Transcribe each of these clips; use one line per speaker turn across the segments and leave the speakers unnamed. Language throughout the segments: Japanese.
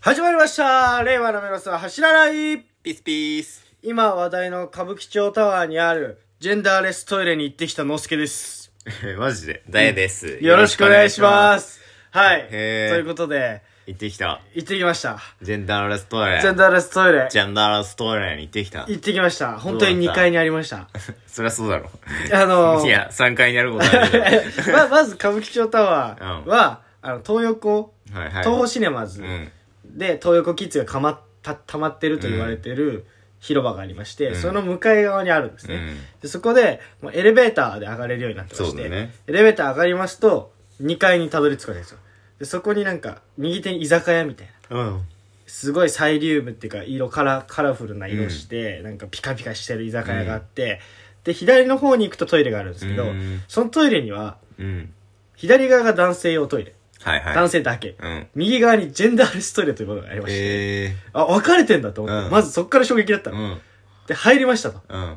始まりました令和のメロスは走らない
ピースピース。
今話題の歌舞伎町タワーにあるジェンダーレストイレに行ってきたのすけです。
マジで
ダイヤです。
よろしくお願いします。はい。と
へー
いうことで、
行ってきた。
行ってきました。
ジェンダーレストイレ。
ジェンダーレストイレ。
ジェンダーレストイレに行ってきた。
行ってきました。本当に
どう
2
だった
階にありま した。
そりゃそうだろ。
あの
い
ー、
や、3階にやることあるけど。は
ま、まず歌舞伎町タワー
うん
は、あの、東横、
いはい。
東宝シネマズ
うん。
で、東横キッズがかまった、溜まってると言われてる広場がありまして、
ん
その向かい側にあるんです
う
ね。
ん。
でそこでもうエレベーターで上がれるようになってまし
そう
て、
だね
エレベーター上がりますと2階にたどり着くわけですよでそこになんか右手に居酒屋みたいな
うん。
すごいサイリウムっていうか色カラカラフルな色して、なんかピカピカしてる居酒屋があって、で左の方に行くとトイレがあるんですけど、
うん
そのトイレには
うん。
左側が男性用トイレ、
はいはい。
男性だけ、
うん。
右側にジェンダーレストイレというものがありまして、
え
あ分かれてんだと思って、
うん
まずそっから衝撃だった
ー。う
の、
ん。
で入りましたと
うん。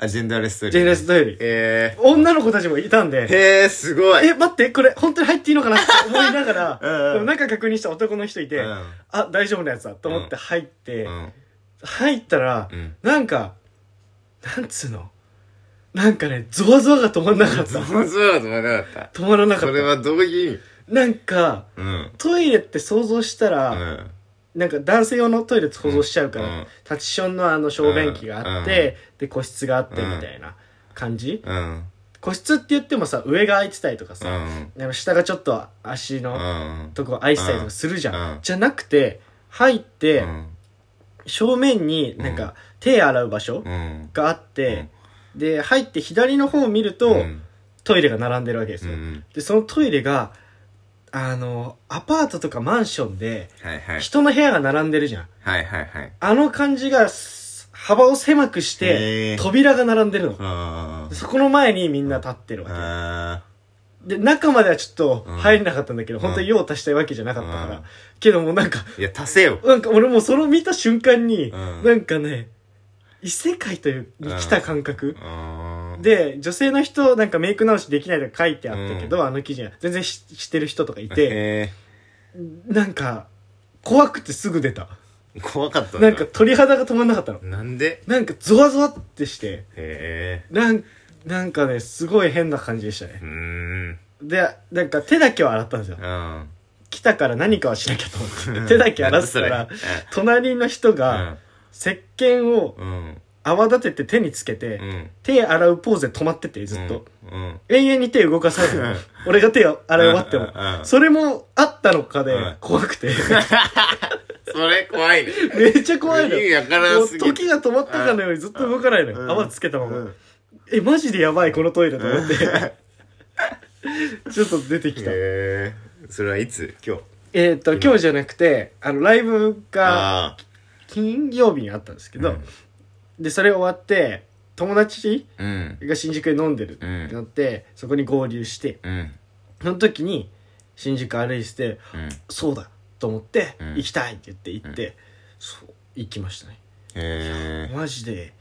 あ、ジェンダーレストイレ。
ジェンダーレストイレ
え
女の子たちもいたんで
ー。へー、すご い。
え、待って、これ、本当に入っていいのかなって思いながら、
うんうん
でも中確認した男の人いて、
うん
あ、大丈夫なやつだと思って入って、
うん。
入ったら、
うん。
なんか、なんつうのなんかね、ゾワゾワが止まんなかった。
そ
止
うそう、止まらなかっ
まらな
た。
か
そ
っ
れ
た。
はどういう意味
なんか、
うん。
トイレって想像した
う
ら、
ん。
なんか男性用のトイレって想像しちゃうから、
うん
タチションのあの小便器があって、で、個室があってみ
うん
たいな感じ、
うん。
個室って言ってもさ、上が空いてたりとか
う
さ、
ん。
でも下がちょっと足の、
うん。
とこ愛したりとかするじゃん、
うん
じゃなくて入って、
うん。
正面になんか手洗う場所
うん。
があって、で入って左の方を見ると、
うん
トイレが並んでるわけです
う
よ、
ん。
でそのトイレがあのアパートとかマンションで
はいはい。
人の部屋が並んでるじゃん
はいはいはい。
あの感じがす幅を狭くして
へー
扉が並んでるの
あ
でそこの前にみんな立ってるわ
あ。
けで中まではちょっと入れなかったんだけど、
うん
本当に用を足したいわけじゃなかったから、
うん
けどもうなんか
いや、足せよ。
なんか俺もうその見た瞬間に、
うん
なんかね、異世界という、に来た感覚。
うん、
で、女性の人、なんかメイク直しできないとか書いてあったけど、あの記事には全然ししてる人とかいて、
え
なんか、怖くてすぐ出た。
ー、怖かった
なんか鳥肌が止まんなかったの。
なんで
なんかゾワゾワってして、
へ
なん、なんかね、すごい変な感じでした
え
ね
う。ーん
で、なんか手だけは洗ったんですよ。
うん
来たから何かはしなきゃと思って、手だけ洗ってたら
なんだ、
隣の人が、石鹸を
うんうん
泡立てて手につけて、
うん
手洗うポーズで止まっててずっと、
うん
永遠に手動かさないの
うん
俺が手を洗い終わって
うんうんう
も
ん
それもあったのかで
うん
怖く て
それ怖いね
めっちゃ怖いの
意味わから
も
ん
う
すぎ
時が止まったかのようにずっと動かないの
うん
よ泡つけたま
う
ま
ん
えマジでやばいこのトイレと思って ちょっと出てきた
へえそれはいつ今日
えっと今日じゃなくてあのライブが
あ
金曜日にあったんですけ
う
ど
ん
でそれ終わって友達
あうん
が新宿で飲んでるってなってそこに合流して
うん
その時に新宿歩いてて
うん
そうだと思って、
うん
行きたいって言って行って、そう行きましたね
へえ
マジで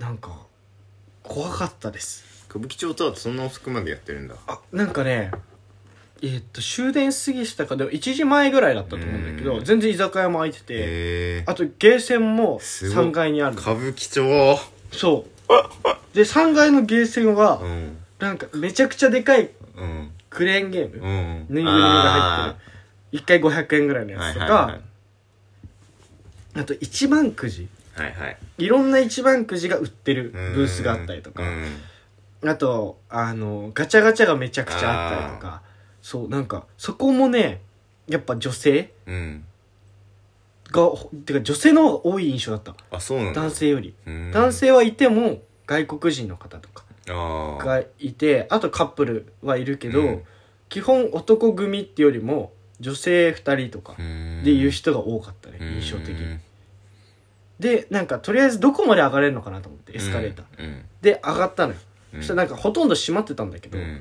なんか怖かったです
歌舞伎町タワーってそんな遅くまでやってるんだ
あなんかねえーっと終電過ぎしたかでも1時前ぐらいだったと思うんだけど、
うん
全然居酒屋も空いてて、
へえ
あとゲーセンも
すごい
3階にある
歌舞伎町
そうで3階のゲーセン
う
は
ん
なんかめちゃくちゃでかい
うん
クレーンゲーム、
うん
ぬいぐるみが入ってる1回500円ぐらいのや
は
つ
い
と
は
か、
いは
あと一番くじ
いはいはい
いろんな一番くじが売ってるブースがあったりとか
うん
あとあのガチャガチャがめちゃくちゃあったりとかそうなんかそこもねやっぱ女性
うん
がほてか女性の方が多い印象だった
あそうなんだ
男性より、
うん
男性はいても外国人の方とか
ああ
がいてあとカップルはいるけど、
うん
基本男組ってよりも女性2人とかでいう人
人
が多かったね印象的にでなんかとりあえずどこまで上がれるのかなと思ってエスカレーター、
うん
で上がったのよ
うん
そしたらなんかほとんど閉まってたんだけど、
うん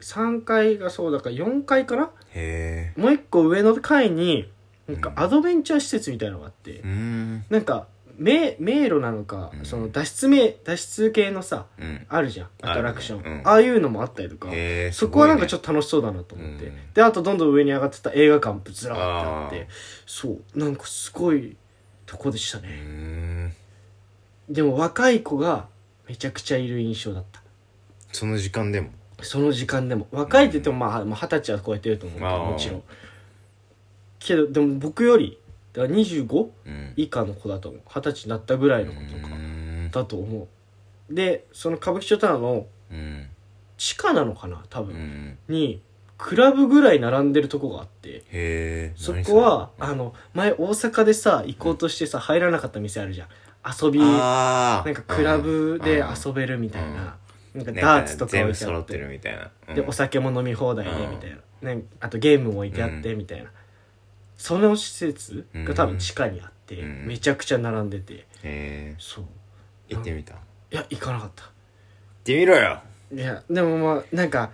3階がそうだから4階かな
へえ
もう一個上の階になんか
うん
アドベンチャー施設みたいなのがあって、
うん
なんか迷迷路なのか、
うん
その脱出迷脱出系のさ
うん
あるじゃんアトラクション
あ
あ,、
るねうん
あいうのもあったりとか、
えー
そこはなんかちょ
っ
っと楽しそうだなと思って、
うん
であとどんどん上に上がってた映画館ぶつらーってあって
あー
そうなんかすごいとこでした
とう
ね、
ん
でも若い子がめちゃくちゃいる印象だった
その時間でも
その時間でも若いって言ってもまあまあ二十歳は超えてると思うけ
あ
ど
ー
もちろんけどでも僕よりだから 25?
うん
以下の子だと思う二十歳になったぐらいの子とか
うん
だと思うでその歌舞伎町タワーの
うん
地下なのかな多
う
分、
ん
にクラブぐらい並んでるとこがあって
へえ
そこはあの前大阪でさ行こうとしてさ入らなかった店あるじゃん遊びな
あー
んかクラブで遊べるみたいななんかダーツとか置い
全部
てあ
揃っ
って
る
て
みたいなうん
でお酒も飲み放題でみたいなねあとゲームも置いてあってみたいなその施設が多分地下にあって
うん
めちゃくちゃ並んでて
へえ
そう
行ってみた行っ
いや行かなかった
てみろよ
いやでもまあなんか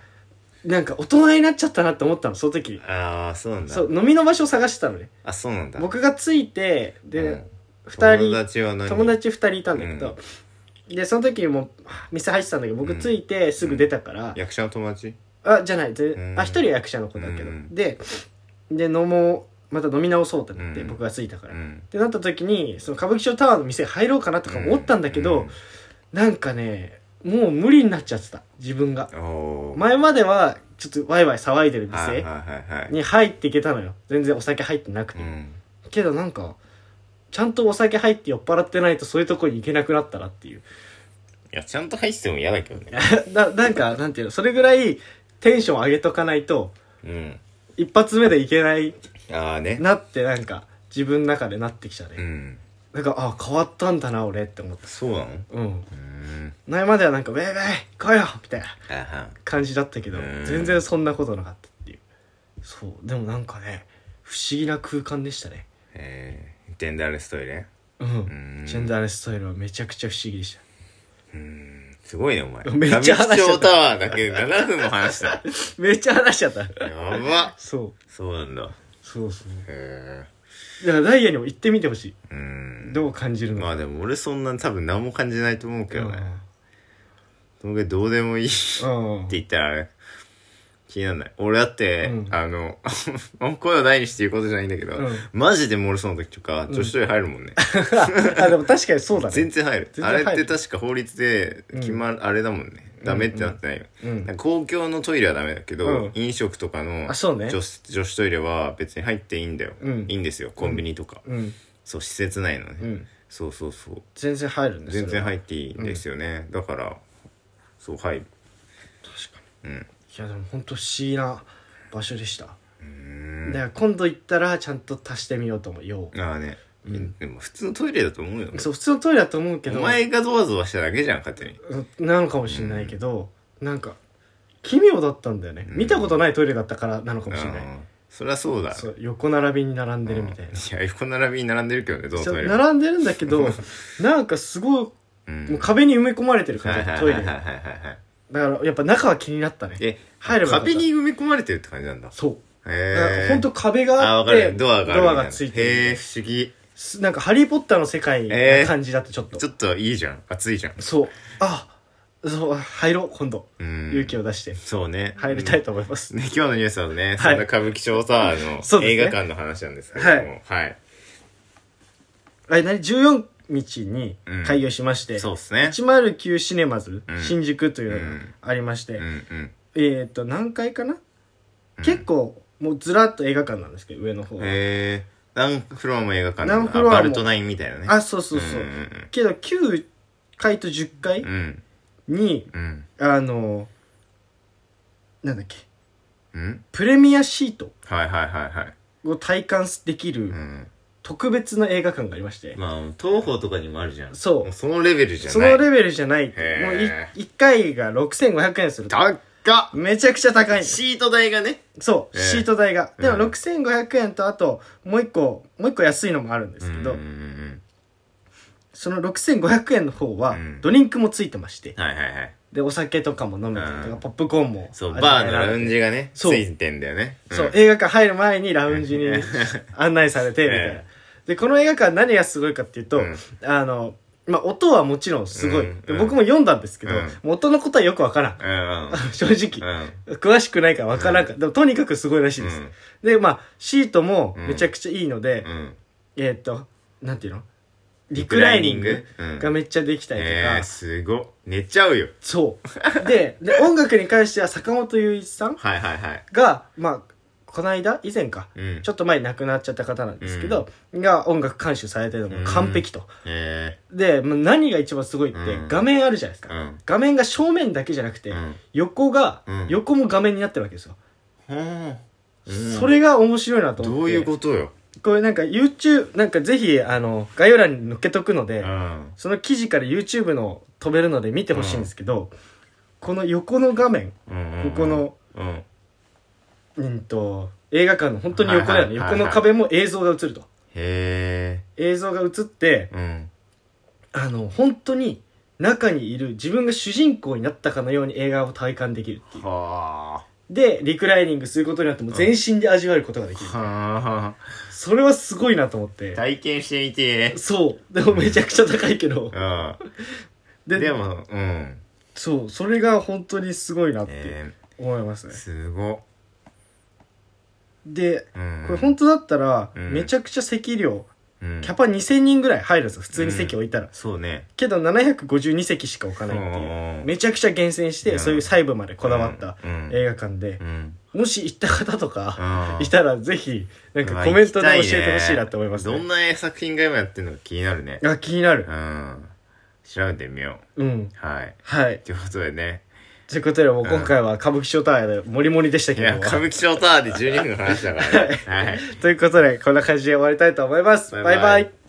なんか大人になっちゃったなって思ったのその時
ああそうなんだ
そう飲みの場所を探してたのね
あそうなんだ
僕が着いて
う
で
ん、
二
友
人
達は何
友達2人いたんだけど、でその時も店入ってたんだけど僕
うん
着いてすぐ出たから、
役者の友達
あじゃないぜ、
うん
あ一人は役者の子だけど、
うん
でで飲もうまた飲み直そうってなって、
うん
僕が着いたから、
う
っ
ん
てなった時にその歌舞伎町タワーの店入ろうかなとか思ったんだけど、なんかねもう無理になっちゃってた自分が
うんおー
前まではちょっとワイワイ騒いでる店、
はいはいはいはい
に入っていけたのよ全然お酒入ってなくて、
うん
けどなんかちゃんとお酒入って酔っ払ってないとそういうとこに行けなくなったなっていう
いやちゃんと入ってても嫌だけどね
ななんかなんていうのそれぐらいテンション上げとかないと
うん
一発目でいけない
ああね
なってなんか自分の中でなってきた
う
ね、
ん
なんかあ変わったんだな俺って思った
そうなのう
うん
ーん
前まではなんか「ウェイウェイ来いよ!」みたいな
あは
感じだったけど
うん
全然そんなことなかったっていうそうでもなんかね不思議な空間でしたね
えージェンダーレストイレ
うん、
ん
ジェンダーレストイレはめちゃくちゃ不思議でした
うんすごいねお前
めっちゃ話しちゃった
歌舞伎町タ ワーだけで7分も話した
めっちゃ話しちゃった
やば
そう
そうなんだ
そうそう
へ
だからダイヤにも行ってみてほし
え
い
うん
どう感じるの
ま
か、
あでも俺そんな多分何も感じないと思うけどね
う
そのぐらいどうでもい
ん
い
うん
って言ったらあれ気にならない俺だって、
うん
あの 声を大にして言うことじゃないんだけど、
うん
マジで漏れそうな時とか女子トイレ入るもんね、
あでも確かにそうだね
全然入る
全然
あ
入
れ
る
って確か法律で決まる、あれだもんねダメってなってないよ、
うん
なんか公共のトイレはダメだけど、
うん
飲食とかの
あそうね
女子女子トイレは別に入っていいんだよ、
うん
いいんですよコンビニとか、
うん
そう施設内のね、
うん
そうそうそう
全然入るんです
全
る
然入っていいんですよね、だからそう入る
確か
うん
にいやでも本当不思議な場所でした、
うん
だから今度行ったらちゃんと足してみようと思うよ
ああね、
うん
でも普通のトイレだと思うよ
そう普通のトイレだと思うけ
お
ど
前がゾワゾワしただけじゃん勝手に
うんなのかもしれないけど、なんか奇妙だったんだよね、
うん
見たことないトイレだったからなのかもしれない、
うんそりゃそうだ
そう横並びに並ん
う
で
ん
るみたいな、
いや横並びに並んでるけどねどの
そ
ト
う
イレも
並んでるんだけ どなんかすごい
うん
もう壁に埋め込まれてる
は
感
い
じ、
はい
ト
は
イ
いは
レ
いはい
だ
はい
からやっぱ中は気になったね
え
入ればよかった
壁に埋め込まれてるって感じなんだ
そう、だから
へえ
ほんと壁
あ
があ
わ
っ
か
て
るドアがあるみたいな
つい
へ
て
え
る
不思議
すなんか「ハリー・ポッター」の世界な感じだったちょっと、
ちょっといいじゃん熱いじゃん
そうあそう入ろう今度、
うん
勇気を出して
そうね
入りたいと思います、
ね、今日のニュースはね、
はい
そんな歌舞伎町タワー
そう
の
ですね
映画館の話なんですけれども、はい。
あれ何14日に開業しまして、
そうですね。
109シネマズ、
うん
新宿という
う
のが
ん
ありまして、
うんうん。
えっ、と何階かな、
うん
結構もうずらっと映画館なんですけど上の方、
へえ。何フロアも映画館な
何
ん
フ
だ。あ
ロアも
バルトナインみたいなね。
あそうそうそう、けど9階と10階
うんうん
に、
うん。
あのなんだっけ
うん。うん。
プレミアシート
はいはいはいはい。
を体感でき
う
る
ん。
特別な映画館がありまして、
まあ、東宝とかにもあるじゃん。
そう
もそのレベルじゃない。
そのレベルじゃないもう
へー
1回が6500円する
高っ
めちゃくちゃ高い
シート代がね。
そう、
ええ
シート代が。でも
うん
6500円とあと、もう一個、もう一個安いのもあるんですけど、
うんうんうん
その6500円の方は
うん、
ドリンクもついてまして、
はいはいはい。
で、お酒とかも飲めたりとか、
うん
ポップコーンも。
そう、
味
バ
わえ
ーの
られ
ラウンジがね、つ
そう
いてんだよね。
そう、
ん
映画館入る前にラウンジに案内されて、みたいな。でこの映画館何がすごいかっていうと、
うん
あのまあ音はもちろんすごい、
うん
で
うん
僕も読んだんですけど、
うん
もう音のことはよくわからん 正直、詳しくないからわからんか、でもとにかくすごいらしいです、でまあシートもめちゃくちゃいいので、えーっとなんていうのリクライニングがめっちゃできたりとか、
えー、すごっ寝ちゃうよ
そうでで音楽に関しては坂本雄一さん
はいはいはい
がまあこの間以前か、
うん
ちょっと前に亡くなっちゃった方なんですけど、が音楽監修されてるのも完璧と、
え
でもう何が一番すごいって、
うん
画面あるじゃないです
ー
か、画面が正面だけじゃなくて、
うん
横が、
うん
横も画面になってるわけですよ、
うんうん
それが面白いなと思って
どういうことよ
これなんか YouTube なんかぜひあの概要欄に載っけとくので、
うん
その記事から YouTube の飛べるので見てほしいんですけど、この横の画面
うん
ここの、
うん
うんと映画館の本当に横だよね、
はいはいはいはい
横の壁も映像が映ると
へ
映像が映って
えうん
あの本当に中にいる自分が主人公になったかのように映画を体感できるっていう
は
でリクライニングすることによってもう全身で味わえることができ
あ
る、
はあ
それはすごいなと思って
体験してみて
そうでもめちゃくちゃ高いけど
うん
で
でもうん
そうそれが本当にすごいなって
え
思います
ー
ね、
すごっ
で
うん
これ本当だったら、
うん
めちゃくちゃ席量
うん
キャパ2000人ぐらい入るんですよ普通に席置いたら、
そうね
けど752席しか置かないっていう、
うん
めちゃくちゃ厳選して、
うん
そういう細部までこだわった
うん
映画館で
う、ん
もし行った方とか、
うん
いたらぜひなんかコメントで教えてほしいなと思います、
どんな作品が今やってるのか気になるね
あ気になる
うん調べてみよ
うん、
うはい
はい
ということでね
ということでもう今回は歌舞伎町タワーでモリモリでした
い
けど
や
も
歌舞伎町タワーで12分の話だからねはい
ということでこんな感じで終わりたいと思います
バイ
バ
バ
イ
イ
バイ